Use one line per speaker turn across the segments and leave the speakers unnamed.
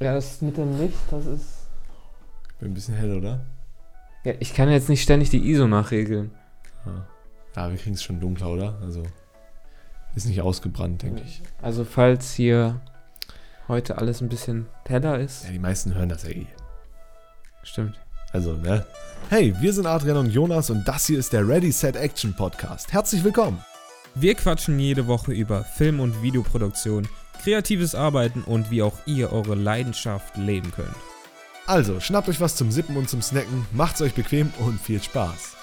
Ja, das mit dem Licht, das ist.
Wird ein bisschen hell, oder?
Ja, ich kann jetzt nicht ständig die ISO nachregeln.
Ja, ja wir kriegen es schon dunkler, oder? Also ist nicht ausgebrannt, denke ich.
Also, falls hier heute alles ein bisschen heller ist.
Ja, die meisten hören das ja eh.
Stimmt.
Also, ne? Hey, wir sind Adrian und Jonas und das hier ist der Ready Set Action Podcast. Herzlich willkommen.
Wir quatschen jede Woche über Film- und Videoproduktion, kreatives Arbeiten und wie auch ihr eure Leidenschaft leben könnt.
Also, schnappt euch was zum Sippen und zum Snacken, macht's euch bequem und viel Spaß.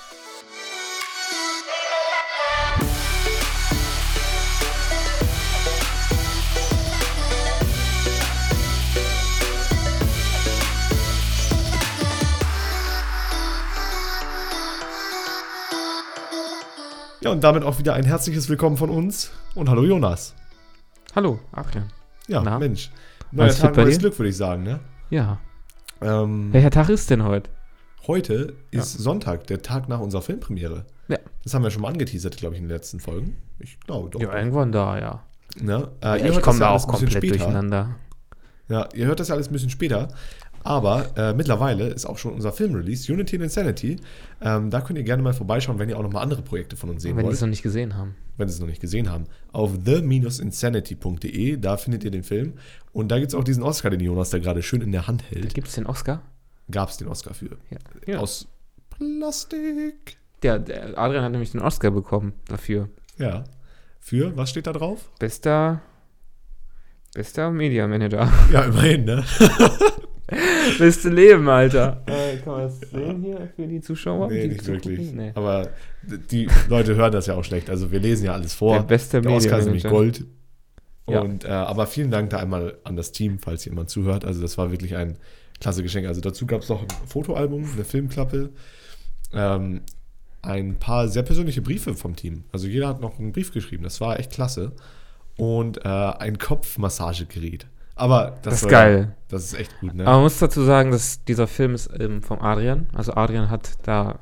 Ja, und damit auch wieder ein herzliches Willkommen von uns und hallo Jonas.
Hallo, Adrian.
Ja,
Na?
Mensch. Neuer
Alles fit
Tag,
bei
neues
dir?
Glück, würde ich sagen, ne?
Ja.
Ähm,
Welcher Tag ist denn heute?
Heute ist Sonntag, der Tag nach unserer Filmpremiere.
Ja.
Das haben wir schon mal angeteasert, glaube ich, in den letzten Folgen. Ich glaube doch.
Ja, irgendwann da, ja.
Ne? Äh, ihr hört
ich
das
komme
ja
da
alles
auch
ein bisschen
komplett
später.
durcheinander.
Ja, ihr hört das ja alles ein bisschen später. Aber äh, mittlerweile ist auch schon unser Filmrelease, Unity and Insanity. Ähm, da könnt ihr gerne mal vorbeischauen, wenn ihr auch nochmal andere Projekte von uns sehen
Wenn die
wollt.
es noch nicht gesehen haben.
wenn Sie es noch nicht gesehen haben, auf the-insanity.de. Da findet ihr den Film. Und da gibt es auch diesen Oscar, den Jonas da gerade schön in der Hand hält.
Gibt es den Oscar?
Gab es den Oscar für.
Ja. ja.
Aus Plastik.
Der, der Adrian hat nämlich den Oscar bekommen dafür.
Ja. Für, was steht da drauf?
Bester. Bester Media Manager.
Ja, immerhin, ne?
Beste Leben, Alter. Äh, kann man das sehen hier für die Zuschauer?
Nee,
die ne.
nicht
zugucken?
wirklich.
Nee.
Aber die Leute hören das ja auch schlecht. Also wir lesen ja alles vor.
Der beste
Der Oscar ist nämlich
Medienmanager.
Gold.
Ja.
Und, äh, aber vielen Dank da einmal an das Team, falls jemand zuhört. Also das war wirklich ein klasse Geschenk. Also dazu gab es noch ein Fotoalbum, eine Filmklappe, ähm, ein paar sehr persönliche Briefe vom Team. Also jeder hat noch einen Brief geschrieben. Das war echt klasse. Und äh, ein Kopfmassagegerät. Aber das,
Das ist
soll-
geil. Ah,
Das ist echt gut, ne?
Aber man muss dazu sagen, dass dieser Film ist ähm, vom Adrian. Also Adrian hat da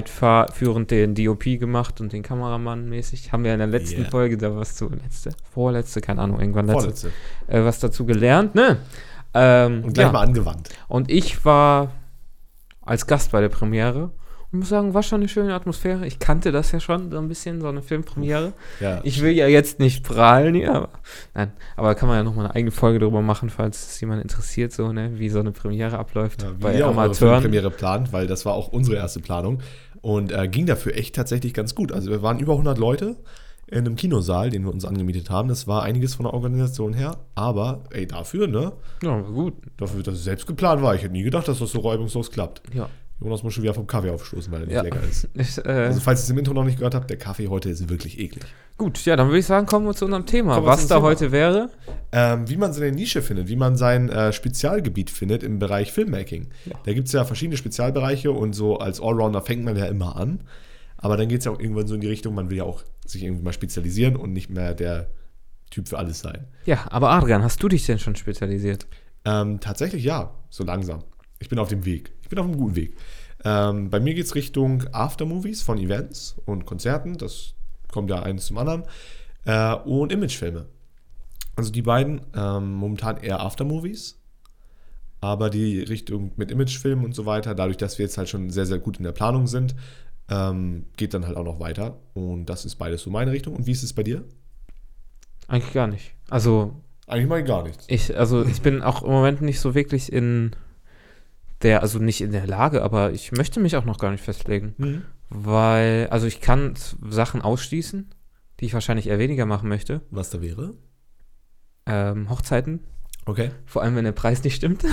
leitführend den DOP gemacht und den Kameramann mäßig. Haben wir in der letzten
Yeah.
Folge da was zu, letzte, vorletzte, keine Ahnung, irgendwann letzte,
Vorletzte.
äh, was dazu gelernt, ne? Ähm,
Und gleich
ja.
mal angewandt.
Und ich war als Gast bei der Premiere und muss sagen, war schon eine schöne Atmosphäre. Ich kannte das ja schon so ein bisschen, so eine Filmpremiere.
Ja.
Ich will ja jetzt nicht prahlen, ja, aber, nein, aber da kann man ja nochmal eine eigene Folge drüber machen, falls es jemand interessiert, so, ne, wie so eine Premiere abläuft
Ja, wie
bei
ihr auch eure
Amateuren.
Filmpremiere plant, weil das war auch unsere erste Planung und äh, ging dafür echt tatsächlich ganz gut. Also wir waren über 100 Leute in einem Kinosaal, den wir uns angemietet haben. Das war einiges von der Organisation her, aber ey, dafür, ne?
Ja, gut,
Dafür, dass es selbst geplant war. Ich hätte nie gedacht, dass das so reibungslos klappt.
ja.
Jonas muss schon wieder vom Kaffee aufstoßen, weil er nicht
Ja.
lecker ist.
Ich, äh,
Also falls ihr es im Intro noch nicht gehört habt, der Kaffee heute ist wirklich eklig.
gut, ja, dann würde ich sagen, kommen wir zu unserem Thema.
Kommen wir
Was
zum
da
Thema.
heute wäre,
Ähm, wie man seine Nische findet, wie man sein äh, Spezialgebiet findet im Bereich Filmmaking.
Ja.
Da gibt es ja verschiedene Spezialbereiche und so als Allrounder fängt man ja immer an. Aber dann geht es ja auch irgendwann so in die Richtung, man will ja auch sich irgendwie mal spezialisieren und nicht mehr der Typ für alles sein.
ja, aber Adrian, hast du dich denn schon spezialisiert?
Ähm, tatsächlich ja, so langsam. Ich bin auf dem Weg. Ich bin auf einem guten Weg. Ähm, bei mir geht es Richtung Aftermovies von Events und Konzerten. Das kommt ja eines zum anderen. Äh, und Imagefilme. Also die beiden ähm, momentan eher Aftermovies. Aber die Richtung mit Imagefilmen und so weiter, dadurch, dass wir jetzt halt schon sehr, sehr gut in der Planung sind, ähm, geht dann halt auch noch weiter. Und das ist beides so meine Richtung. Und wie ist es bei dir?
Eigentlich gar nicht. Also,
Eigentlich mal gar nichts.
Ich, also ich bin auch im Moment nicht so wirklich in der, also nicht in der Lage, aber ich möchte mich auch noch gar nicht festlegen.
Mhm.
Weil, also ich kann z- Sachen ausschließen, die ich wahrscheinlich eher weniger machen möchte.
Was da wäre?
Ähm, Hochzeiten,
Okay.
vor allem wenn der Preis nicht stimmt.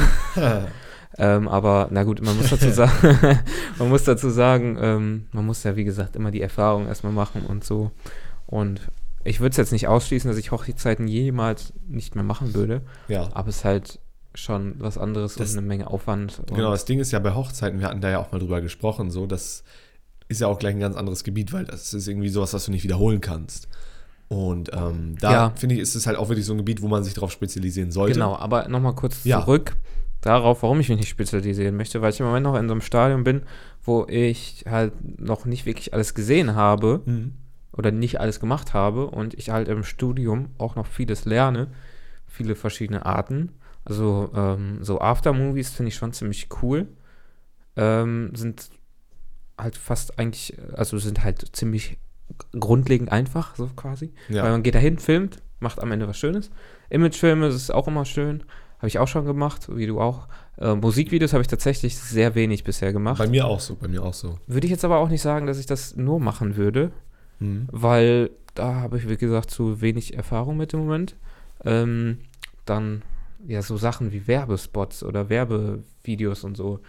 Ähm, aber na gut, man muss dazu sagen, man muss dazu sagen, ähm, man muss ja wie gesagt immer die Erfahrung erstmal machen und so. Und ich würde es jetzt nicht ausschließen, dass ich Hochzeiten jemals nicht mehr machen würde.
ja.
Aber es ist halt schon was anderes
Das-
und eine Menge Aufwand. Und
Genau, das Ding ist ja bei Hochzeiten, wir hatten da ja auch mal drüber gesprochen, so, das ist ja auch gleich ein ganz anderes Gebiet, weil das ist irgendwie sowas, was du nicht wiederholen kannst. Und ähm, da
Ja.
finde ich, ist es halt auch wirklich so ein Gebiet, wo man sich darauf spezialisieren sollte.
Genau, aber nochmal kurz
Ja.
zurück darauf, warum ich mich nicht spezialisieren möchte, weil ich im Moment noch in so einem Stadium bin, wo ich halt noch nicht wirklich alles gesehen habe
Mhm.
oder nicht alles gemacht habe und ich halt im Studium auch noch vieles lerne, viele verschiedene Arten Also ähm, so Aftermovies finde ich schon ziemlich cool. Ähm, sind halt fast eigentlich, also sind halt ziemlich grundlegend einfach, so quasi.
Ja.
Weil man geht dahin, filmt, macht am Ende was Schönes. Imagefilme, das ist auch immer schön. Habe ich auch schon gemacht, wie du auch. Äh, Musikvideos habe ich tatsächlich sehr wenig bisher gemacht.
Bei mir auch so, bei mir auch so.
Würde ich jetzt aber auch nicht sagen, dass ich das nur machen würde,
Mhm.
weil da habe ich, wie gesagt, zu wenig Erfahrung mit im Moment. Ähm, dann ja so Sachen wie Werbespots oder Werbevideos und so.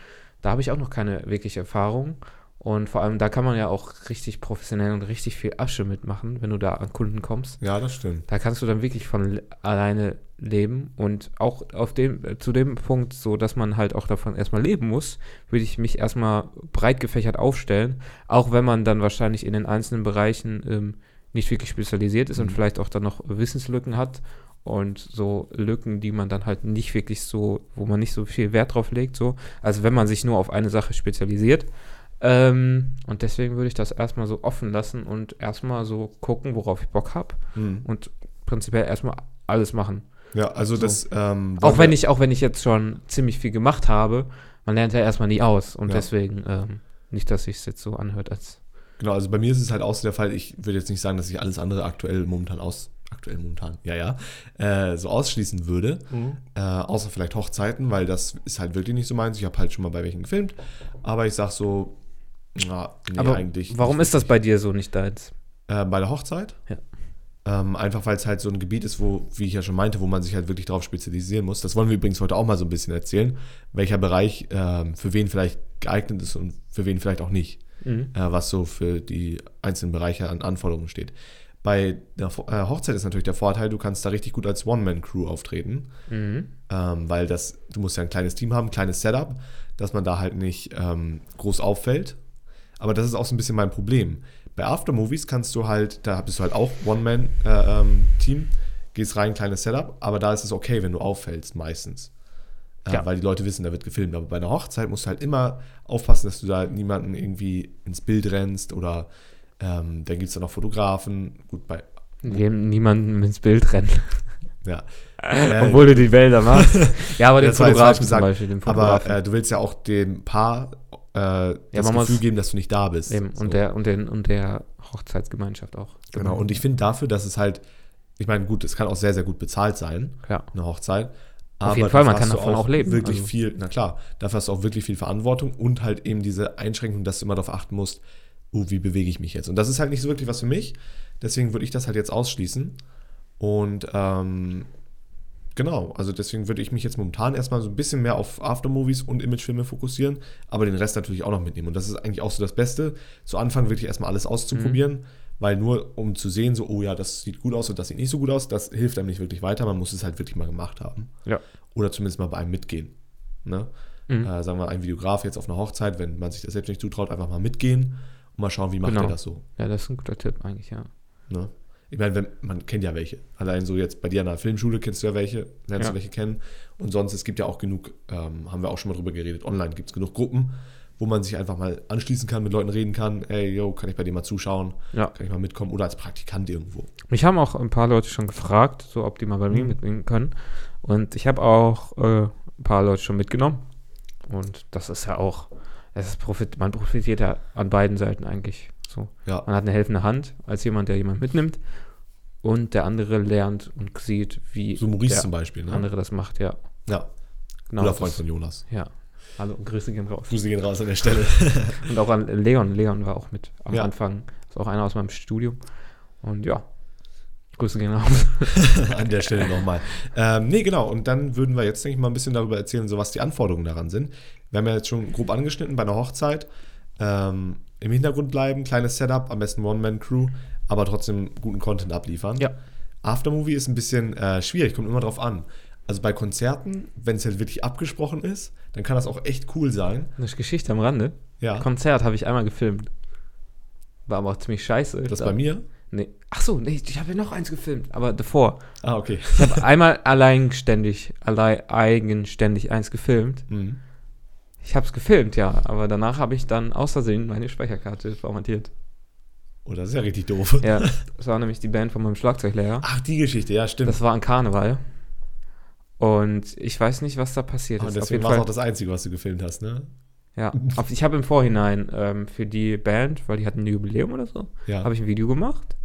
Da habe ich auch noch keine wirkliche Erfahrung. Und vor allem, da kann man ja auch richtig professionell und richtig viel Asche mitmachen, wenn du da an Kunden kommst.
Ja, das stimmt.
Da kannst du dann wirklich von le- alleine leben und auch auf dem, äh, zu dem Punkt, so dass man halt auch davon erstmal leben muss, würde ich mich erstmal breit gefächert aufstellen, auch wenn man dann wahrscheinlich in den einzelnen Bereichen ähm, nicht wirklich spezialisiert ist und
Mhm.
vielleicht auch dann noch Wissenslücken hat und so Lücken, die man dann halt nicht wirklich so, wo man nicht so viel Wert drauf legt, so. Also wenn man sich nur auf eine Sache spezialisiert. Ähm, und deswegen würde ich das erstmal so offen lassen und erstmal so gucken, worauf ich Bock habe
Mhm.
und prinzipiell erstmal alles machen.
Ja, also das. Ähm,
Auch wenn ich, auch wenn ich jetzt schon ziemlich viel gemacht habe, man lernt ja erstmal nie aus und
Ja.
deswegen ähm, nicht, dass sich es jetzt so anhört als.
Genau, also bei mir ist es halt auch so der Fall, ich würde jetzt nicht sagen, dass ich alles andere aktuell momentan aus. Aktuell momentan, ja, ja. Äh, so ausschließen würde.
Mhm.
Äh, außer vielleicht Hochzeiten, weil das ist halt wirklich nicht so meins. Ich habe halt schon mal bei welchen gefilmt. Aber ich sag so, na, nee,
Aber
eigentlich.
warum
nicht
ist das bei dir so nicht deins?
Äh, bei der Hochzeit?
Ja.
Ähm, einfach weil es halt so ein Gebiet ist, wo, wie ich ja schon meinte, wo man sich halt wirklich drauf spezialisieren muss. Das wollen wir übrigens heute auch mal so ein bisschen erzählen, welcher Bereich ähm, für wen vielleicht geeignet ist und für wen vielleicht auch nicht,
Mhm.
äh, was so für die einzelnen Bereiche an Anforderungen steht. Bei der Ho- äh, Hochzeit ist natürlich der Vorteil, du kannst da richtig gut als One-Man-Crew auftreten
Mhm.
ähm, weil das, du musst ja ein kleines Team haben, ein kleines Setup, dass man da halt nicht ähm, groß auffällt. Aber das ist auch so ein bisschen mein Problem. Bei Aftermovies kannst du halt, da bist du halt auch One-Man-Team, äh, ähm, Team, gehst rein, kleines Setup, aber da ist es okay, wenn du auffällst, meistens. Äh,
Ja.
Weil die Leute wissen, da wird gefilmt. Aber bei einer Hochzeit musst du halt immer aufpassen, dass du da niemanden irgendwie ins Bild rennst oder ähm, dann gibt es da noch Fotografen. Gut, bei.
Indem niemandem ins Bild rennt,
Ja. Äh,
obwohl du die Wälder machst. ja, aber den
Das war jetzt
Fotografen
falsch
zum
gesagt,
Beispiel, den
Aber
Fotografen.
äh, du willst ja auch dem Paar äh, das
man muss-
Gefühl geben, dass du nicht da bist.
Eben,
So.
und, der, und, den, und der Hochzeitsgemeinschaft auch.
genau. Und ich finde dafür, dass es halt, ich meine, gut, es kann auch sehr, sehr gut bezahlt sein,
Ja.
eine Hochzeit.
Auf jeden Fall, man
dafür
kann
hast du
davon auch leben,
Wirklich
also.
viel, na klar, dafür hast du auch wirklich viel Verantwortung und halt eben diese Einschränkung, dass du immer darauf achten musst, oh, wie bewege ich mich jetzt? Und das ist halt nicht so wirklich was für mich. Deswegen würde ich das halt jetzt ausschließen. Und ähm, genau, also deswegen würde ich mich jetzt momentan erstmal so ein bisschen mehr auf Aftermovies und Imagefilme fokussieren, aber den Rest natürlich auch noch mitnehmen. Und das ist eigentlich auch so das Beste, zu Anfang wirklich erstmal alles auszuprobieren,
Mhm.
weil nur um zu sehen, so, oh ja, das sieht gut aus und das sieht nicht so gut aus, das hilft einem nicht wirklich weiter. Man muss es halt wirklich mal gemacht haben.
Ja.
Oder zumindest mal bei einem mitgehen. Ne?
Mhm.
Äh, sagen wir, ein Videograf jetzt auf einer Hochzeit, wenn man sich das selbst nicht zutraut, einfach mal mitgehen und mal schauen, wie macht
Genau.
er das so.
Ja, das ist ein guter Tipp eigentlich, ja.
Ne? Ich meine, wenn, man kennt ja welche. Allein so jetzt bei dir an der Filmschule kennst du ja welche, lernst
Ja.
du welche kennen. Und sonst, es gibt ja auch genug, ähm, haben wir auch schon mal drüber geredet, online gibt es genug Gruppen, wo man sich einfach mal anschließen kann, mit Leuten reden kann. Ey, yo, kann ich bei dir mal zuschauen?
Ja.
Kann ich mal mitkommen? Oder als Praktikant irgendwo.
Mich haben auch ein paar Leute schon gefragt, so ob die mal bei mir
Mhm.
mitnehmen können. Und ich habe auch äh, ein paar Leute schon mitgenommen. Und das ist ja auch, es ist profit, man profitiert ja an beiden Seiten eigentlich. So.
Ja.
Man hat eine helfende Hand als jemand, der jemand mitnimmt. Und der andere lernt und sieht, wie
So Maurice
der
zum Beispiel, ne?
andere das macht. Ja,
Ja,
genau.
guter Freund
das,
von Jonas.
ja. Hallo, Grüße gehen raus.
Grüße gehen raus an der Stelle.
Und auch an Leon. Leon war auch mit am
Ja.
Anfang. Ist auch einer aus meinem Studium. Und ja, Grüße gehen raus.
an der Stelle nochmal. Ähm, nee, genau. Und dann würden wir jetzt, denke ich, mal ein bisschen darüber erzählen, so was die Anforderungen daran sind. Wir haben ja jetzt schon grob angeschnitten bei einer Hochzeit. Ähm, Im Hintergrund bleiben, kleines Setup, am besten One-Man-Crew, aber trotzdem guten Content abliefern.
Ja.
Aftermovie ist ein bisschen äh, schwierig, kommt immer drauf an. Also bei
Mhm.
Konzerten, wenn es halt wirklich abgesprochen ist, dann kann das auch echt cool sein.
Eine Geschichte am Rande.
Ja.
Konzert habe ich einmal gefilmt. War aber auch ziemlich scheiße.
das
Da-
bei mir?
Nee. Achso, nee, ich habe ja noch eins gefilmt, aber davor.
Ah, okay.
Ich habe einmal alleinständig, allein eigenständig eins gefilmt.
Mhm.
Ich habe es gefilmt, ja, aber danach habe ich dann aus Versehen meine Speicherkarte formatiert.
Oh, das ist ja richtig doof.
Ja, das war nämlich die Band von meinem Schlagzeuglehrer.
Ach, die Geschichte, ja, stimmt.
Das war ein Karneval. Und ich weiß nicht, was da passiert
Ah,
ist. Auf
deswegen
jeden
war es auch
Fall,
das Einzige, was du gefilmt hast, ne?
ja. Auf, ich habe im Vorhinein ähm, für die Band, weil die hatten ein Jubiläum oder so,
Ja.
habe ich ein Video gemacht.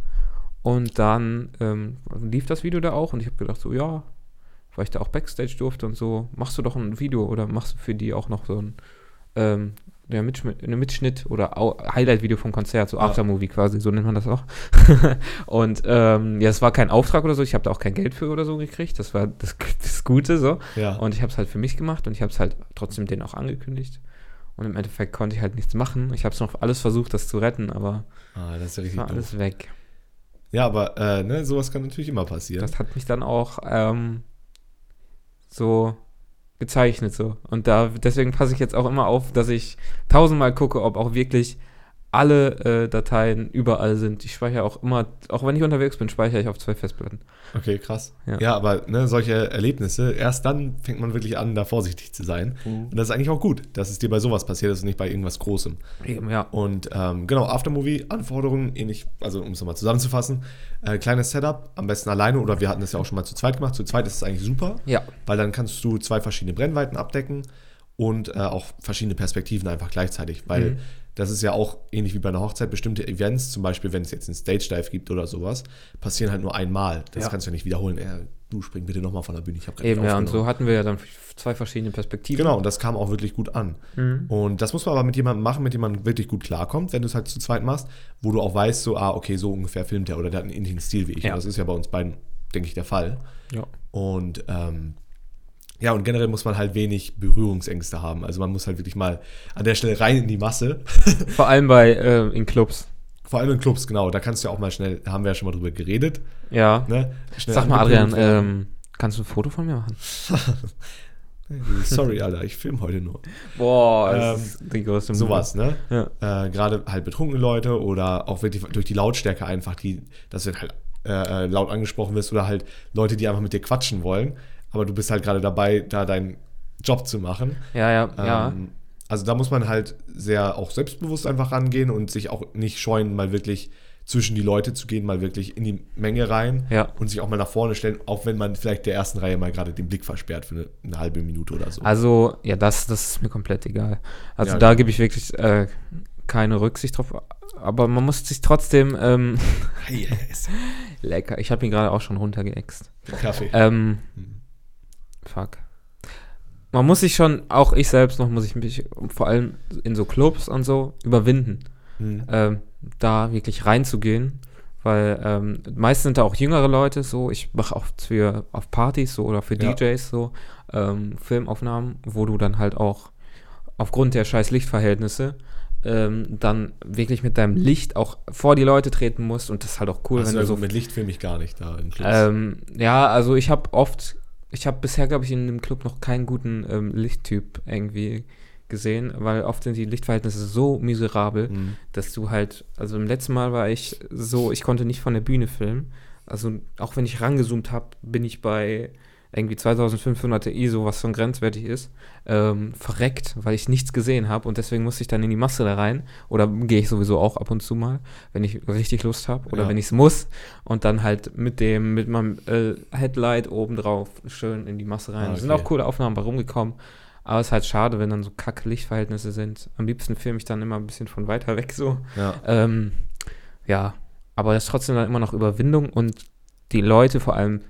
Und dann ähm, lief das Video da auch und ich habe gedacht, so, ja, weil ich da auch Backstage durfte und so, machst du doch ein Video oder machst du für die auch noch so ein ähm, ja, Mitschnitt, einen Mitschnitt oder Au- Highlight-Video vom Konzert, so
Ja.
Aftermovie quasi, so nennt man das auch. und ähm, ja, es war kein Auftrag oder so, ich habe da auch kein Geld für oder so gekriegt, das war das, das Gute so.
ja.
Und ich habe es halt für mich gemacht und ich habe es halt trotzdem denen auch angekündigt. Und im Endeffekt konnte ich halt nichts machen. Ich habe es noch alles versucht, das zu retten, aber
ah, das ist ja
es
richtig
war
doof.
alles weg.
Ja, aber äh, ne, sowas kann natürlich immer passieren.
Das hat mich dann auch ähm, so gezeichnet so. Und da deswegen passe ich jetzt auch immer auf, dass ich tausendmal gucke, ob auch wirklich alle äh, Dateien überall sind. Ich speichere auch immer, auch wenn ich unterwegs bin, speichere ich auf zwei Festplatten.
okay, krass. Ja,
Ja.
aber ne, solche Erlebnisse, erst dann fängt man wirklich an, da vorsichtig zu sein.
Mhm.
Und das ist eigentlich auch gut, dass es dir bei sowas passiert ist und nicht bei irgendwas Großem.
Eben, ja.
Und ähm, genau, Aftermovie-Anforderungen, ähnlich, also um es nochmal zusammenzufassen, äh, kleines Setup, am besten alleine oder wir hatten das ja auch schon mal zu zweit gemacht. Zu zweit ist es eigentlich super,
Ja,
weil dann kannst du zwei verschiedene Brennweiten abdecken und äh, auch verschiedene Perspektiven einfach gleichzeitig, weil
Mhm.
das ist ja auch ähnlich wie bei einer Hochzeit, bestimmte Events, zum Beispiel wenn es jetzt einen Stage Dive gibt oder sowas, passieren halt nur einmal. Das
Ja.
kannst du ja nicht wiederholen. Äh, du spring bitte nochmal von der Bühne, ich habe gerade
eben, ja. Und so hatten wir ja dann f- zwei verschiedene Perspektiven.
Genau, und das kam auch wirklich gut an.
Mhm.
Und das muss man aber mit jemandem machen, mit dem man wirklich gut klarkommt, wenn du es halt zu zweit machst, wo du auch weißt, so, ah, okay, so ungefähr filmt er oder der hat einen ähnlichen Stil wie ich.
Ja.
Und das ist ja bei uns beiden, denke ich, der Fall.
Ja.
Und ähm, ja, und generell muss man halt wenig Berührungsängste haben. Also man muss halt wirklich mal an der Stelle rein in die Masse.
Vor allem bei äh, in Clubs.
Vor allem in Clubs, genau. Da kannst du ja auch mal schnell, haben wir ja schon mal drüber geredet.
Ja.
Ne? Schnell
Sag mal,
angebrüllt
Adrian,
werden.
ähm, kannst du ein Foto von mir machen? äh.
Sorry, Alter, ich film heute nur.
Boah,
das
ist die größte
Sowas, ne?
Ja.
Äh, Gerade halt betrunkene Leute oder auch wirklich durch die Lautstärke einfach, die, dass du halt äh, äh, laut angesprochen wirst oder halt Leute, die einfach mit dir quatschen wollen, aber du bist halt gerade dabei, da deinen Job zu machen.
Ja, ja, ja.
Ähm, also da muss man halt sehr auch selbstbewusst einfach rangehen und sich auch nicht scheuen, mal wirklich zwischen die Leute zu gehen, mal wirklich in die Menge rein
Ja.
und sich auch mal nach vorne stellen, auch wenn man vielleicht der ersten Reihe mal gerade den Blick versperrt für eine, eine halbe Minute oder so.
Also, ja, das, das ist mir komplett egal. Also
Ja,
da
genau.
gebe ich wirklich äh, keine Rücksicht drauf. Aber man muss sich trotzdem ähm,
yes.
lecker. Ich habe ihn gerade auch schon runtergeäxt.
Kaffee.
Ähm, fuck. Man muss sich schon, auch ich selbst noch, muss ich mich vor allem in so Clubs und so überwinden.
Hm.
ähm, da wirklich reinzugehen, weil ähm, meistens sind da auch jüngere Leute so. Ich mache auch für auf Partys so oder für
Ja.
DJs so ähm, Filmaufnahmen, wo du dann halt auch aufgrund der scheiß Lichtverhältnisse ähm, dann wirklich mit deinem Licht auch vor die Leute treten musst und das ist halt auch cool,
also
wenn du so
mit Licht filme ich gar nicht da in Clubs.
ähm, ja, also ich habe oft, ich habe bisher, glaube ich, in dem Club noch keinen guten ähm, Lichttyp irgendwie gesehen, weil oft sind die Lichtverhältnisse so miserabel,
Mhm.
dass du halt, also im letzten Mal war ich so, ich konnte nicht von der Bühne filmen. Also auch wenn ich rangezoomt habe, bin ich bei irgendwie 2500 ISO, was schon grenzwertig ist, ähm, verreckt, weil ich nichts gesehen habe und deswegen musste ich dann in die Masse da rein oder gehe ich sowieso auch ab und zu mal, wenn ich richtig Lust habe oder
Ja.
wenn ich es muss und dann halt mit dem, mit meinem äh, Headlight obendrauf schön in die Masse rein.
Ah,
Es Sind
okay.
auch coole Aufnahmen bei rumgekommen, aber es ist halt schade, wenn dann so kacke Lichtverhältnisse sind. Am liebsten filme ich dann immer ein bisschen von weiter weg so.
ja.
Ähm, ja, aber das ist trotzdem dann immer noch Überwindung und die Leute, vor allem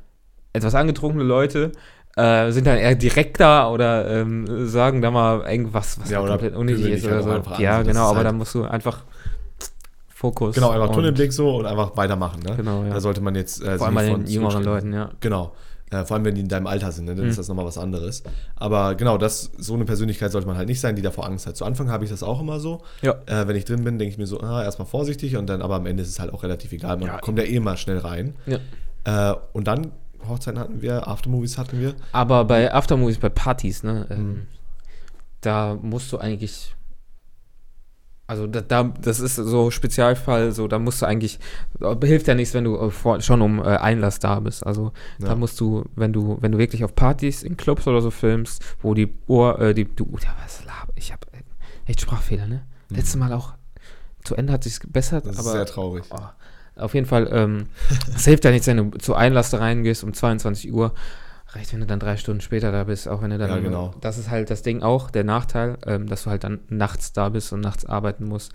etwas angetrunkene Leute, äh, sind dann eher direkter oder ähm, sagen da mal irgendwas, was
Ja,
halt
oder
komplett unnötig
pöbeln
ist
dich
oder
halt auch
so.
einfach an, so,
Ja,
das
genau,
ist
aber
halt-
da musst du einfach Fokus.
Genau, einfach
und-
Tunnelblick so und einfach weitermachen. Ne?
Genau, ja.
Da sollte man jetzt. äh,
vor
sich
allem bei
nicht
den
von
jüngeren
zurückstellen.
Leuten, ja.
Genau. Äh, vor allem, wenn die in deinem Alter sind, ne? dann
Mhm.
ist das nochmal was anderes. Aber genau, das, so eine Persönlichkeit sollte man halt nicht sein, die davor Angst hat. Zu Anfang habe ich das auch immer so.
Ja.
Äh, wenn ich drin bin, denke ich mir so, ah, erstmal vorsichtig und dann, aber am Ende ist es halt auch relativ egal. Man
Ja.
kommt ja eh mal schnell rein.
ja.
Äh, und dann, Hochzeiten hatten wir, Aftermovies hatten wir.
Aber bei Aftermovies, bei Partys, ne, ähm,
Mhm.
da musst du eigentlich, also da, da, das ist so Spezialfall, so da musst du eigentlich, hilft ja nichts, wenn du äh, vor, schon um äh, Einlass da bist. Also
Ja.
da musst du, wenn du, wenn du wirklich auf Partys, in Clubs oder so filmst, wo die Ohr, äh, die, du, ja, was laber, ich habe echt Sprachfehler, ne? Letztes Mal auch, zu Ende hat sich's gebessert,
Mhm. Das
aber
ist sehr traurig.
Oh, auf jeden Fall, ähm, es hilft ja nichts, wenn du zu Einlass da reingehst um 22 Uhr. reicht, wenn du dann drei Stunden später da bist, auch wenn du dann.
Ja, genau.
Das ist halt das Ding auch, der Nachteil, ähm, dass du halt dann nachts da bist und nachts arbeiten musst.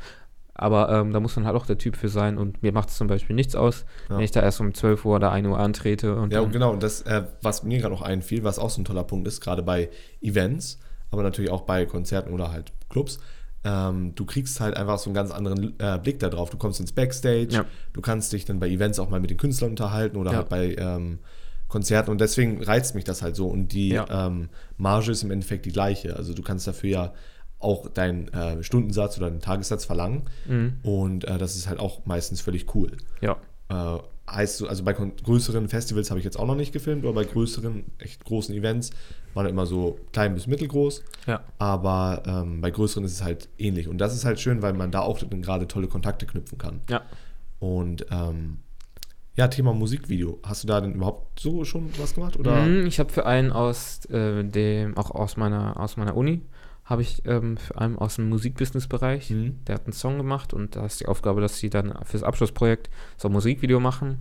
Aber ähm, da muss man halt auch der Typ für sein und mir macht es zum Beispiel nichts aus,
Ja.
wenn ich da erst um 12 Uhr oder 1 Uhr antrete und
Ja,
dann,
und genau. Und das, äh, was mir gerade noch einfiel, was auch so ein toller Punkt ist, gerade bei Events, aber natürlich auch bei Konzerten oder halt Clubs, ähm, du kriegst halt einfach so einen ganz anderen äh, Blick da drauf. Du kommst ins Backstage,
Ja.
du kannst dich dann bei Events auch mal mit den Künstlern unterhalten oder
Ja.
halt bei ähm, Konzerten. Und deswegen reizt mich das halt so. Und die
Ja.
ähm, Marge ist im Endeffekt die gleiche. Also du kannst dafür ja auch deinen äh, Stundensatz oder deinen Tagessatz verlangen.
Mhm.
Und äh, das ist halt auch meistens völlig cool.
ja.
Äh, heißt so, also bei kon- größeren Festivals habe ich jetzt auch noch nicht gefilmt, aber bei größeren, echt großen Events waren immer so klein bis mittelgroß.
Ja.
Aber ähm, bei größeren ist es halt ähnlich. Und das ist halt schön, weil man da auch dann gerade tolle Kontakte knüpfen kann.
Ja.
Und ähm, ja, Thema Musikvideo. Hast du da denn überhaupt so schon was gemacht? Oder?
Mhm, Ich habe für einen aus äh, dem, auch aus meiner, aus meiner Uni, habe ich ähm, für einen aus dem Musikbusiness-Bereich,
Mhm.
der hat einen Song gemacht und da ist die Aufgabe, dass sie dann fürs Abschlussprojekt so ein Musikvideo machen.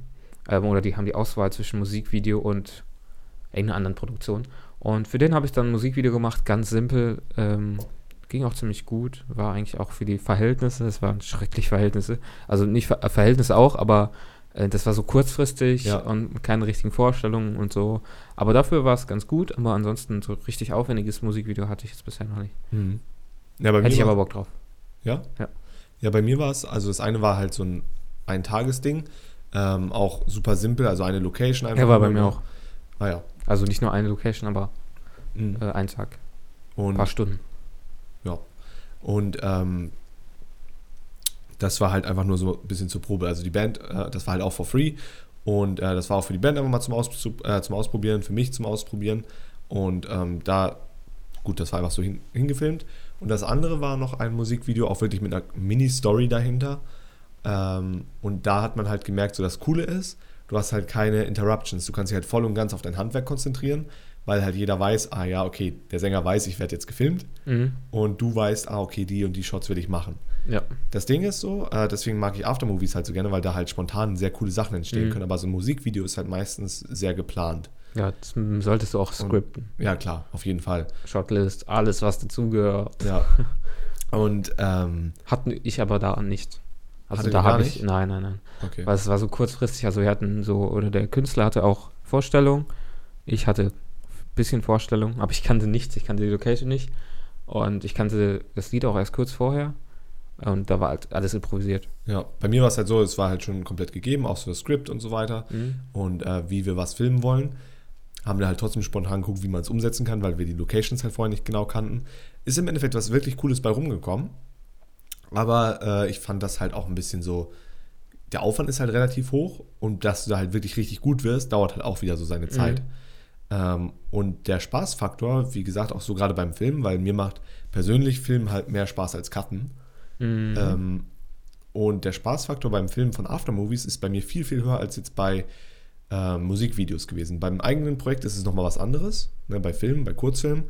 Ähm, oder die haben die Auswahl zwischen Musikvideo und irgendeiner anderen Produktion. Und für den habe ich dann ein Musikvideo gemacht, ganz simpel. Ähm, ging auch ziemlich gut, war eigentlich auch für die Verhältnisse, es waren schrecklich Verhältnisse. Also nicht Ver äh, Verhältnisse auch, aber äh, das war so kurzfristig
Ja.
und keine richtigen Vorstellungen und so. Aber dafür war es ganz gut, aber ansonsten so richtig aufwendiges Musikvideo hatte ich jetzt bisher noch nicht.
Mhm. Ja, bei mir
Hätte ich
war-
aber Bock drauf.
Ja?
Ja.
Ja, bei mir war es, also das eine war halt so ein Ein-Tages-Ding, ähm, auch super simpel, also eine Location einfach.
Er war bei
nur-
mir auch.
Ah ja.
Also nicht nur eine Location, aber
Mhm.
äh, ein Tag, ein
Und
paar Stunden.
Und ähm, das war halt einfach nur so ein bisschen zur Probe. Also die Band, äh, das war halt auch for free. Und äh, das war auch für die Band einfach mal zum, Aus zu, äh, zum Ausprobieren, für mich zum Ausprobieren. Und ähm, da, gut, das war einfach so hin hingefilmt. Und das andere war noch ein Musikvideo, auch wirklich mit einer Mini-Story dahinter. Ähm, und da hat man halt gemerkt, so das Coole ist, du hast halt keine Interruptions. Du kannst dich halt voll und ganz auf dein Handwerk konzentrieren, weil halt jeder weiß, ah ja, okay, der Sänger weiß, ich werde jetzt gefilmt
Mhm.
und du weißt, ah, okay, die und die Shots will ich machen.
Ja.
Das Ding ist so, äh, deswegen mag ich Aftermovies halt so gerne, weil da halt spontan sehr coole Sachen entstehen
Mhm.
können, aber so ein Musikvideo ist halt meistens sehr geplant.
Ja, das mm, solltest du auch scripten.
Ja, klar, auf jeden Fall.
Shotlist, alles, was dazugehört.
Ja. Und, ähm,
Hatten ich aber da nicht. Also
Hattet
da
ihr gar
habe ich.
nicht?
Nein, nein, nein.
okay.
Weil es war so kurzfristig. Also wir hatten so, oder der Künstler hatte auch Vorstellung. Ich hatte ein bisschen Vorstellung, aber ich kannte nichts. Ich kannte die Location nicht. Und ich kannte das Lied auch erst kurz vorher. Und da war halt alles improvisiert.
Ja, bei mir war es halt so, es war halt schon komplett gegeben, auch so das Skript und so weiter
Mhm.
und äh, wie wir was filmen wollen. Haben wir halt trotzdem spontan geguckt, wie man es umsetzen kann, weil wir die Locations halt vorher nicht genau kannten. Ist im Endeffekt was wirklich Cooles bei rumgekommen. Aber äh, ich fand das halt auch ein bisschen so. Der Aufwand ist halt relativ hoch und dass du da halt wirklich richtig gut wirst, dauert halt auch wieder so seine Zeit. Ähm, und der Spaßfaktor, wie gesagt, auch so gerade beim Filmen, weil mir macht persönlich Film halt mehr Spaß als Cutten.
Mhm.
Ähm, und der Spaßfaktor beim Filmen von Aftermovies ist bei mir viel, viel höher als jetzt bei äh, Musikvideos gewesen. Beim eigenen Projekt ist es nochmal was anderes, ne, bei Filmen, bei Kurzfilmen.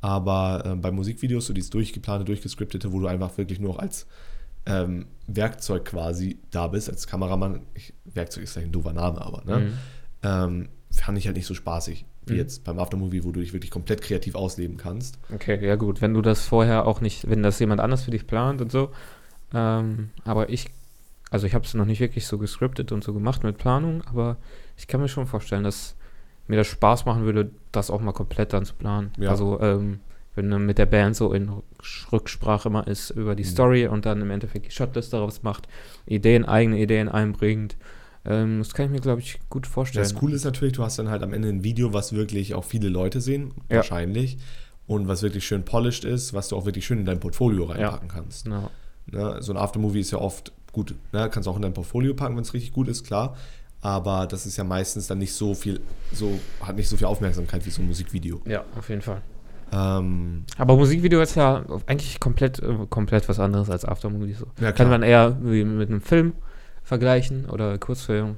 Aber äh, bei Musikvideos, so dieses durchgeplante, durchgescriptete, wo du einfach wirklich nur als ähm, Werkzeug quasi da bist, als Kameramann. Ich, Werkzeug ist vielleicht ein doofer Name, aber ne?
Mhm.
ähm, fand ich halt nicht so spaßig wie
Mhm.
jetzt beim Aftermovie, wo du dich wirklich komplett kreativ ausleben kannst.
Okay, ja gut, wenn du das vorher auch nicht, wenn das jemand anders für dich plant und so. Ähm, aber ich, also ich habe es noch nicht wirklich so gescriptet und so gemacht mit Planung, aber ich kann mir schon vorstellen, dass mir das Spaß machen würde, das auch mal komplett dann zu planen.
Ja.
Also ähm, wenn man mit der Band so in Rücksch- Rücksprache immer ist über die
Mhm.
Story und dann im Endeffekt die Shotlist daraus macht, Ideen, eigene Ideen einbringt. Ähm, das kann ich mir, glaube ich, gut vorstellen.
Das Coole ist natürlich, du hast dann halt am Ende ein Video, was wirklich auch viele Leute sehen,
Ja.
wahrscheinlich. Und was wirklich schön polished ist, was du auch wirklich schön in dein Portfolio reinpacken kannst.
Ja.
Ne? So ein Aftermovie ist ja oft gut, ne? kannst du auch in dein Portfolio packen, wenn es richtig gut ist, klar. Aber das ist ja meistens dann nicht so viel, so, hat nicht so viel Aufmerksamkeit wie so ein Musikvideo.
ja, auf jeden Fall.
Ähm,
Aber Musikvideo ist ja eigentlich komplett, äh, komplett was anderes als Aftermovie. So.
ja,
Kann
klar.
man eher wie mit einem Film vergleichen oder Kurzfilm.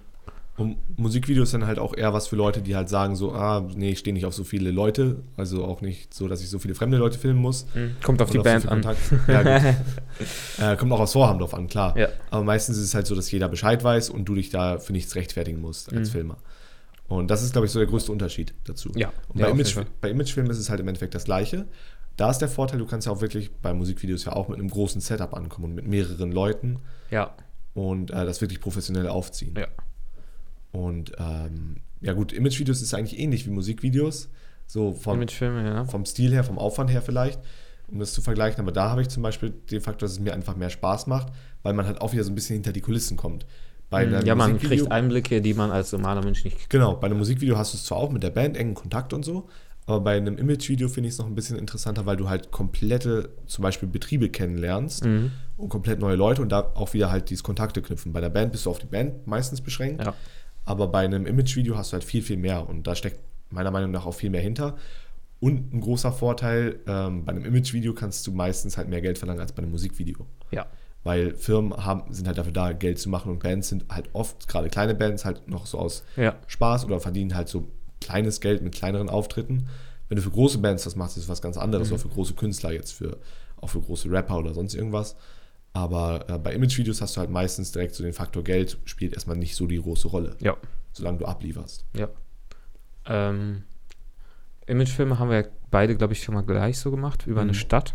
Und Musikvideo ist dann halt auch eher was für Leute, die halt sagen so, ah, nee, ich stehe nicht auf so viele Leute. Also auch nicht so, dass ich so viele fremde Leute filmen muss.
Kommt auf die
Mhm. Und
Band
so
an.
viel Kontakt. Ja, gut. äh, kommt auch aus Vorhamdorf an, klar.
Ja.
Aber meistens ist es halt so, dass jeder Bescheid weiß und du dich da für nichts rechtfertigen musst als
Mhm.
Filmer. Und das ist, glaube ich, so der größte Unterschied dazu.
Ja,
Und
ja,
bei,
auf jeden
Image,
Fall.
bei Imagefilmen ist es halt im Endeffekt das Gleiche. Da ist der Vorteil, du kannst ja auch wirklich bei Musikvideos ja auch mit einem großen Setup ankommen und mit mehreren Leuten
Ja,
und äh, das wirklich professionell aufziehen.
Ja.
Und ähm, ja gut, Imagevideos ist eigentlich ähnlich wie Musikvideos, so vom,
Imagefilme, ja.
vom Stil her, vom Aufwand her vielleicht, um das zu vergleichen. Aber da habe ich zum Beispiel den Faktor, dass es mir einfach mehr Spaß macht, weil man halt auch wieder so ein bisschen hinter die Kulissen kommt. Bei einem
Mhm. Ja, man
Musikvideo-
kriegt Einblicke, die man als normaler Mensch nicht kriegt.
Genau, bei einem Musikvideo hast du es zwar auch mit der Band engen Kontakt und so, aber bei einem Imagevideo finde ich es noch ein bisschen interessanter, weil du halt komplette, zum Beispiel Betriebe kennenlernst
Mhm.
und komplett neue Leute und da auch wieder halt dieses Kontakte knüpfen. Bei der Band bist du auf die Band meistens beschränkt,
Ja.
aber bei einem Imagevideo hast du halt viel, viel mehr und da steckt meiner Meinung nach auch viel mehr hinter. Und ein großer Vorteil, ähm, bei einem Imagevideo kannst du meistens halt mehr Geld verlangen als bei einem Musikvideo.
Ja.
Weil Firmen haben, sind halt dafür da, Geld zu machen und Bands sind halt oft, gerade kleine Bands, halt noch so aus
Ja.
Spaß oder verdienen halt so kleines Geld mit kleineren Auftritten. Wenn du für große Bands das machst, ist es was ganz anderes,
Mhm.
oder für große Künstler jetzt, für, auch für große Rapper oder sonst irgendwas. Aber äh, bei Imagevideos hast du halt meistens direkt so den Faktor Geld, spielt erstmal nicht so die große Rolle,
Ja.
solange du ablieferst.
Ja. Ähm, Imagefilme haben wir ja beide, glaube ich, schon mal gleich so gemacht, über eine
Mhm.
Stadt.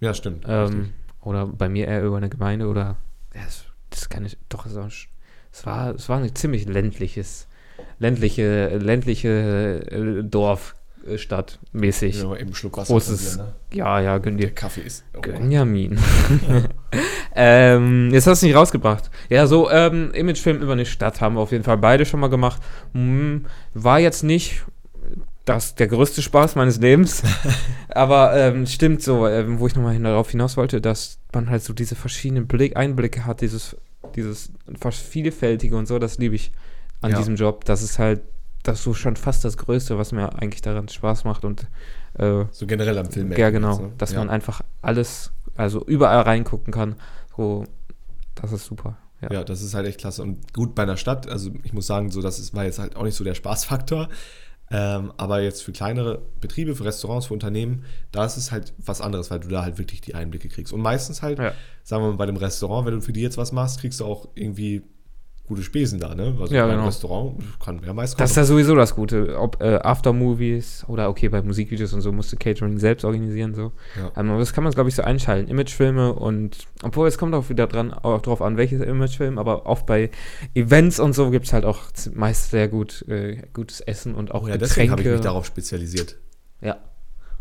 Ja, stimmt.
Ähm, oder bei mir eher über eine Gemeinde oder. Ja, das, das kann ich. Doch, es war, sch- es war, es war ein ziemlich ländliches, ländliche, ländliche äh, Dorf, äh, Stadt mäßig.
ich
Ja,
mal eben einen Schluck
großes-
von dir, ne?
ja, gönn dir.
Der Kaffee ist. Oh,
Gönjamin. ähm, jetzt hast du nicht rausgebracht. Ja, so ähm, Imagefilm über eine Stadt haben wir auf jeden Fall beide schon mal gemacht. Hm, war jetzt nicht das, der größte Spaß meines Lebens, aber ähm, stimmt so, ähm, wo ich nochmal hin, darauf hinaus wollte, dass man halt so diese verschiedenen Blick, Einblicke hat, dieses, dieses fast Vielfältige und so, das liebe ich an
Ja.
diesem Job. Das ist halt das ist so schon fast das Größte, was mir eigentlich daran Spaß macht und äh,
so generell am Film.
ja, genau.
jetzt, ne?
Dass
ja.
man einfach alles, also überall reingucken kann. So, das ist super. Ja.
Ja, das ist halt echt klasse. Und gut bei einer Stadt, also ich muss sagen, so das ist, war jetzt halt auch nicht so der Spaßfaktor. Ähm, aber jetzt für kleinere Betriebe, für Restaurants, für Unternehmen, da ist es halt was anderes, weil du da halt wirklich die Einblicke kriegst. Und meistens halt,
Ja.
sagen wir mal, bei dem Restaurant, wenn du für die jetzt was machst, kriegst du auch irgendwie gute Spesen da, ne? Also
Ja,
bei einem
genau.
Restaurant kann wer meist
Das ist ja sowieso das Gute. Ob äh, Aftermovies oder okay, bei Musikvideos und so musst du Catering selbst organisieren. So.
Ja.
Aber das kann man, glaube ich, so einschalten. Imagefilme und, obwohl es kommt auch wieder dran, auch drauf an, welches Imagefilm, aber oft bei Events und so gibt es halt auch z- meist sehr gut äh, gutes Essen und auch
Oh ja, deswegen
Getränke.
habe ich mich darauf spezialisiert.
Ja.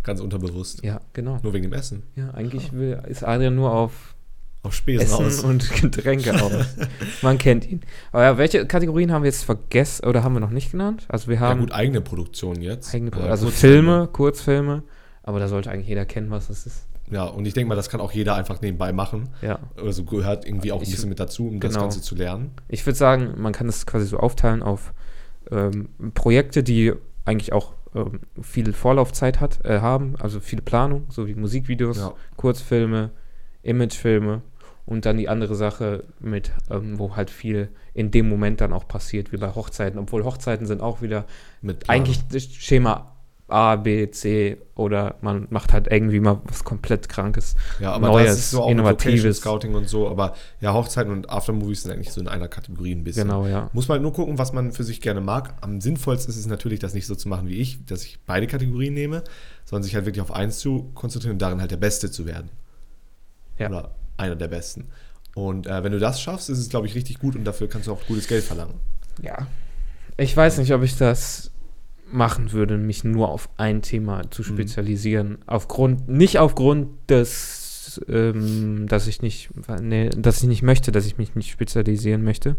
Ganz unterbewusst.
ja, genau.
Nur wegen dem Essen.
Ja, eigentlich will, ist Adrian nur auf
Auf Spesen
Essen
aus.
und Getränke aus. Man kennt ihn. Aber ja, welche Kategorien haben wir jetzt vergessen oder haben wir noch nicht genannt? Also wir
ja
haben
gut, eigene Produktion jetzt.
eigene,
Äh,
also
Kurzfilme.
Filme, Kurzfilme, aber da sollte eigentlich jeder kennen, was das ist.
Ja, und ich denke mal, das kann auch jeder einfach nebenbei machen.
Ja.
Also gehört irgendwie auch ein
Ich-
bisschen mit dazu, um das
genau.
Ganze zu lernen.
Ich würde sagen, man kann das quasi so aufteilen auf ähm, Projekte, die eigentlich auch ähm, viel Vorlaufzeit hat, äh, haben, also viel Planung, so wie Musikvideos,
Ja.
Kurzfilme, Imagefilme und dann die andere Sache mit, ähm, wo halt viel in dem Moment dann auch passiert, wie bei Hochzeiten, obwohl Hochzeiten sind auch wieder
Mit äh,
eigentlich das Schema A, B, C oder man macht halt irgendwie mal was komplett Krankes.
ja, aber
Neues,
das ist so auch mit
Innovatives.
Location Scouting und so. Aber ja, Hochzeiten und Aftermovies sind eigentlich so in einer Kategorie ein bisschen.
Genau, ja.
Muss man halt nur gucken, was man für sich gerne mag. Am sinnvollsten ist es natürlich, das nicht so zu machen wie ich, dass ich beide Kategorien nehme, sondern sich halt wirklich auf eins zu konzentrieren und darin halt der Beste zu werden.
Ja.
Oder einer der Besten. Und äh, wenn du das schaffst, ist es, glaube ich, richtig gut und dafür kannst du auch gutes Geld verlangen.
Ja. Ich weiß nicht, ob ich das machen würde, mich nur auf ein Thema zu spezialisieren. Aufgrund, nicht aufgrund des, ähm, dass ich nicht, nee, dass ich nicht möchte, dass ich mich nicht spezialisieren möchte.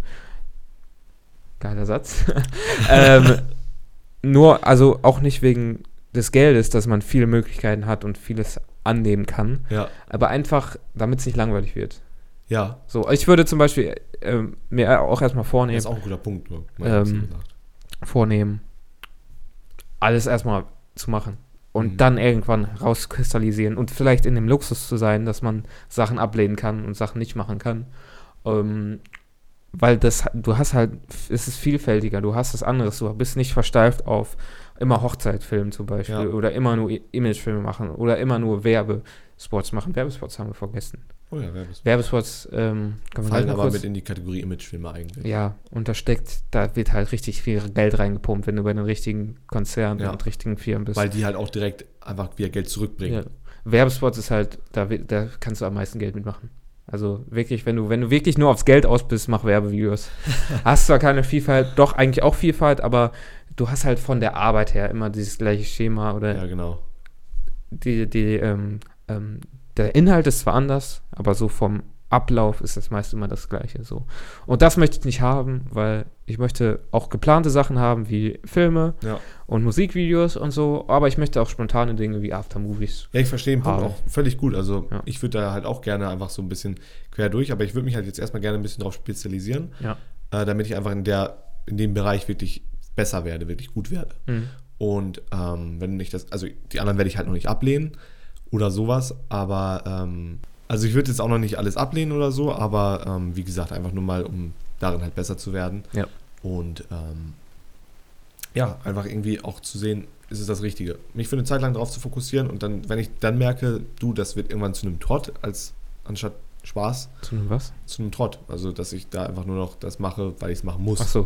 Geiler Satz. ähm, nur, also auch nicht wegen des Geldes, dass man viele Möglichkeiten hat und vieles annehmen kann.
Ja.
Aber einfach, damit es nicht langweilig wird.
Ja,
So, ich würde zum Beispiel ähm, mir auch erstmal
das
vornehmen,
ist auch ein guter Punkt. Nur,
Ähm,
so gesagt.
vornehmen, alles erstmal zu machen und
Mhm.
dann irgendwann rauskristallisieren und vielleicht in dem Luxus zu sein, dass man Sachen ablehnen kann und Sachen nicht machen kann. Ähm, weil das, du hast halt, es ist vielfältiger, du hast was anderes, du bist nicht versteift auf immer Hochzeitfilmen zum Beispiel
Ja.
oder immer nur I- Imagefilme machen oder immer nur Werbespots machen. Werbespots haben wir vergessen.
Oh ja, Werbespots.
Werbespots ähm, können wir gleich
Fallen
noch
aber
kurz.
mit in die Kategorie Imagefilme eigentlich.
Ja, und da steckt, da wird halt richtig viel Geld reingepumpt, wenn du bei den richtigen Konzernen
Ja.
und richtigen Firmen bist.
Weil die halt auch direkt einfach wieder Geld zurückbringen.
ja. Werbespots ist halt, da, wi- da kannst du am meisten Geld mitmachen. Also wirklich, wenn du, wenn du wirklich nur aufs Geld aus bist, mach Werbevideos. hast zwar keine Vielfalt, doch eigentlich auch Vielfalt, aber du hast halt von der Arbeit her immer dieses gleiche Schema oder
Ja, genau.
die, die, ähm, ähm, der Inhalt ist zwar anders, aber so vom Ablauf ist das meist immer das Gleiche. So. Und das möchte ich nicht haben, weil ich möchte auch geplante Sachen haben, wie Filme
Ja.
und Musikvideos und so, aber ich möchte auch spontane Dinge wie Aftermovies.
Ja, ich verstehe den Punkt
Aber-
auch völlig gut. Also
Ja.
ich würde da halt auch gerne einfach so ein bisschen quer durch, aber ich würde mich halt jetzt erstmal gerne ein bisschen darauf spezialisieren,
Ja.
äh, damit ich einfach in, der, in dem Bereich wirklich besser werde, wirklich gut werde.
Mhm.
Und ähm, wenn ich das, also die anderen werde ich halt noch nicht ablehnen oder sowas, aber ähm, also ich würde jetzt auch noch nicht alles ablehnen oder so, aber ähm, wie gesagt, einfach nur mal, um darin halt besser zu werden.
Ja.
Und ähm, ja, einfach irgendwie auch zu sehen, ist es das Richtige. Mich für eine Zeit lang darauf zu fokussieren und dann, wenn ich dann merke, du, das wird irgendwann zu einem Trott, als anstatt Spaß,
Zu einem was?
zu einem Trott. Also, dass ich da einfach nur noch das mache, weil ich es machen muss
Ach so.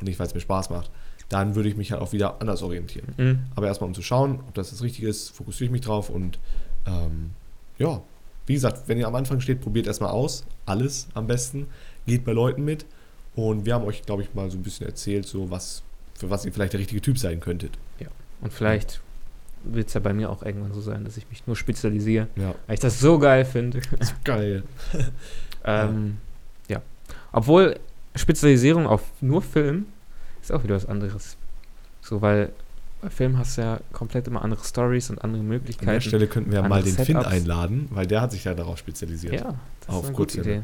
und nicht, weil es mir Spaß macht. Dann würde ich mich halt auch wieder anders orientieren.
Mhm.
Aber erstmal, um zu schauen, ob das das Richtige ist, fokussiere ich mich drauf und ähm, ja, wie gesagt, wenn ihr am Anfang steht, probiert erstmal aus. Alles am besten. Geht bei Leuten mit. Und wir haben euch, glaube ich, mal so ein bisschen erzählt, so was, für was ihr vielleicht der richtige Typ sein könntet.
Und vielleicht wird es ja bei mir auch irgendwann so sein, dass ich mich nur spezialisiere,
Ja,
weil ich das so geil finde.
geil.
Ähm, ja. Obwohl Spezialisierung auf nur Film ist auch wieder was anderes. So, weil bei Film hast du ja komplett immer andere Stories und andere
An der
Möglichkeiten.
Stelle könnten wir mal
Andere
den Finn
Setups.
einladen, weil der hat sich ja darauf spezialisiert.
ja, das
Auf
ist eine
kurz
gute Idee.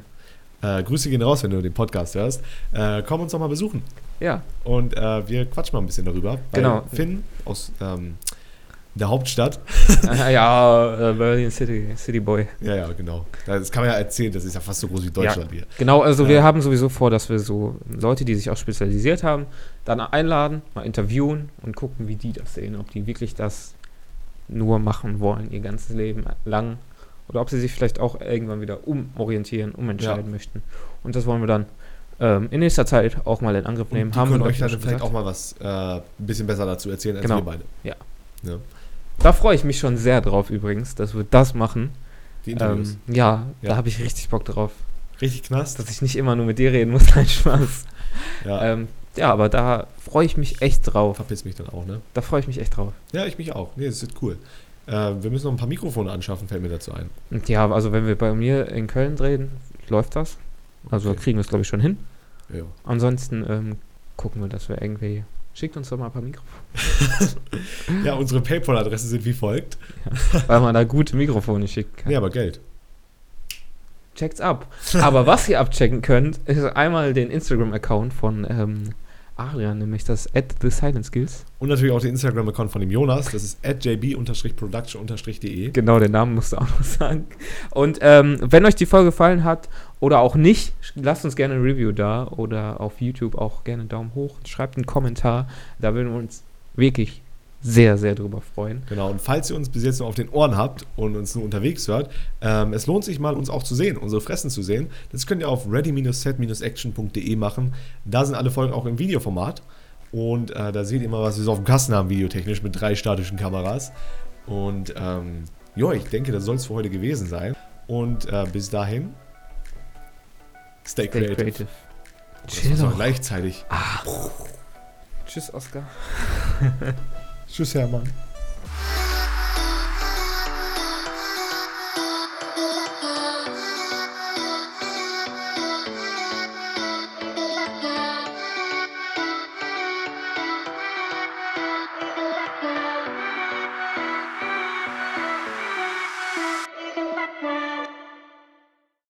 Äh, Grüße gehen raus, wenn du den Podcast hörst. Äh, komm uns doch mal besuchen.
Ja,
Und äh, wir quatschen mal ein bisschen darüber. weil
Genau.
Finn aus ähm, der Hauptstadt.
Äh, ja, äh, Berlin City, City Boy.
Ja, ja, genau. Das kann man ja erzählen, das ist ja fast so groß wie Deutschland hier.
Genau, also wir
Ja.
haben sowieso vor, dass wir so Leute, die sich auch spezialisiert haben, dann einladen, mal interviewen und gucken, wie die das sehen, ob die wirklich das nur machen wollen, ihr ganzes Leben lang. Oder ob sie sich vielleicht auch irgendwann wieder umorientieren, umentscheiden möchten. Und das wollen wir dann ähm, in nächster Zeit auch mal in Angriff
Und
nehmen.
die
haben
können
wir
euch
doch
dann
schon
vielleicht auch mal was äh, ein bisschen besser dazu erzählen als
Genau.
wir beide.
Da freue ich mich schon sehr drauf übrigens, dass wir das machen.
Die Interviews.
Ähm, ja,
Ja.
da habe ich richtig Bock drauf.
Richtig knast.
Dass ich nicht immer nur mit dir reden muss, nein, Spaß.
Ja,
Ähm, ja, aber da freue ich mich echt drauf.
verpiss mich dann auch, ne?
Da freue ich mich echt drauf.
Ja, ich mich auch. Nee, das wird cool. Äh, wir müssen noch ein paar Mikrofone anschaffen, fällt mir dazu ein.
Und ja, also wenn wir bei mir in Köln drehen, läuft das. Also
Okay.
kriegen wir es, glaube ich, schon hin.
Ja.
Ansonsten ähm, gucken wir, dass wir irgendwie. Schickt uns doch mal ein paar Mikrofone.
ja, unsere PayPal-Adresse sind wie folgt.
weil man da gute Mikrofone schicken kann.
Nee, aber Geld.
Checkt's ab. Aber was ihr abchecken könnt, ist einmal den Instagram-Account von ähm, Adrian, nämlich das at the Silent Skills.
Und natürlich auch den Instagram-Account von dem Jonas. Das ist jb-production-de.
Genau, den Namen musst du auch noch sagen. Und ähm, wenn euch die Folge gefallen hat oder auch nicht, sch- lasst uns gerne ein Review da oder auf YouTube auch gerne einen Daumen hoch. Schreibt einen Kommentar. Da würden wir uns wirklich sehr, sehr drüber freuen.
Genau, und falls ihr uns bis jetzt nur auf den Ohren habt und uns nur unterwegs hört, ähm, es lohnt sich mal, uns auch zu sehen, unsere Fressen zu sehen. Das könnt ihr auf ready-set-action.de machen. Da sind alle Folgen auch im Videoformat. Und äh, da seht ihr mal, was wir so auf dem Kasten haben, videotechnisch, mit drei statischen Kameras. Und ähm, ja, ich denke, das soll es für heute gewesen sein. Und äh, bis dahin,
Stay
stay creative.
creative.
Das
Chill
muss man
doch.
gleichzeitig.
Tschüss, Oscar.
Tschüss, Hermann.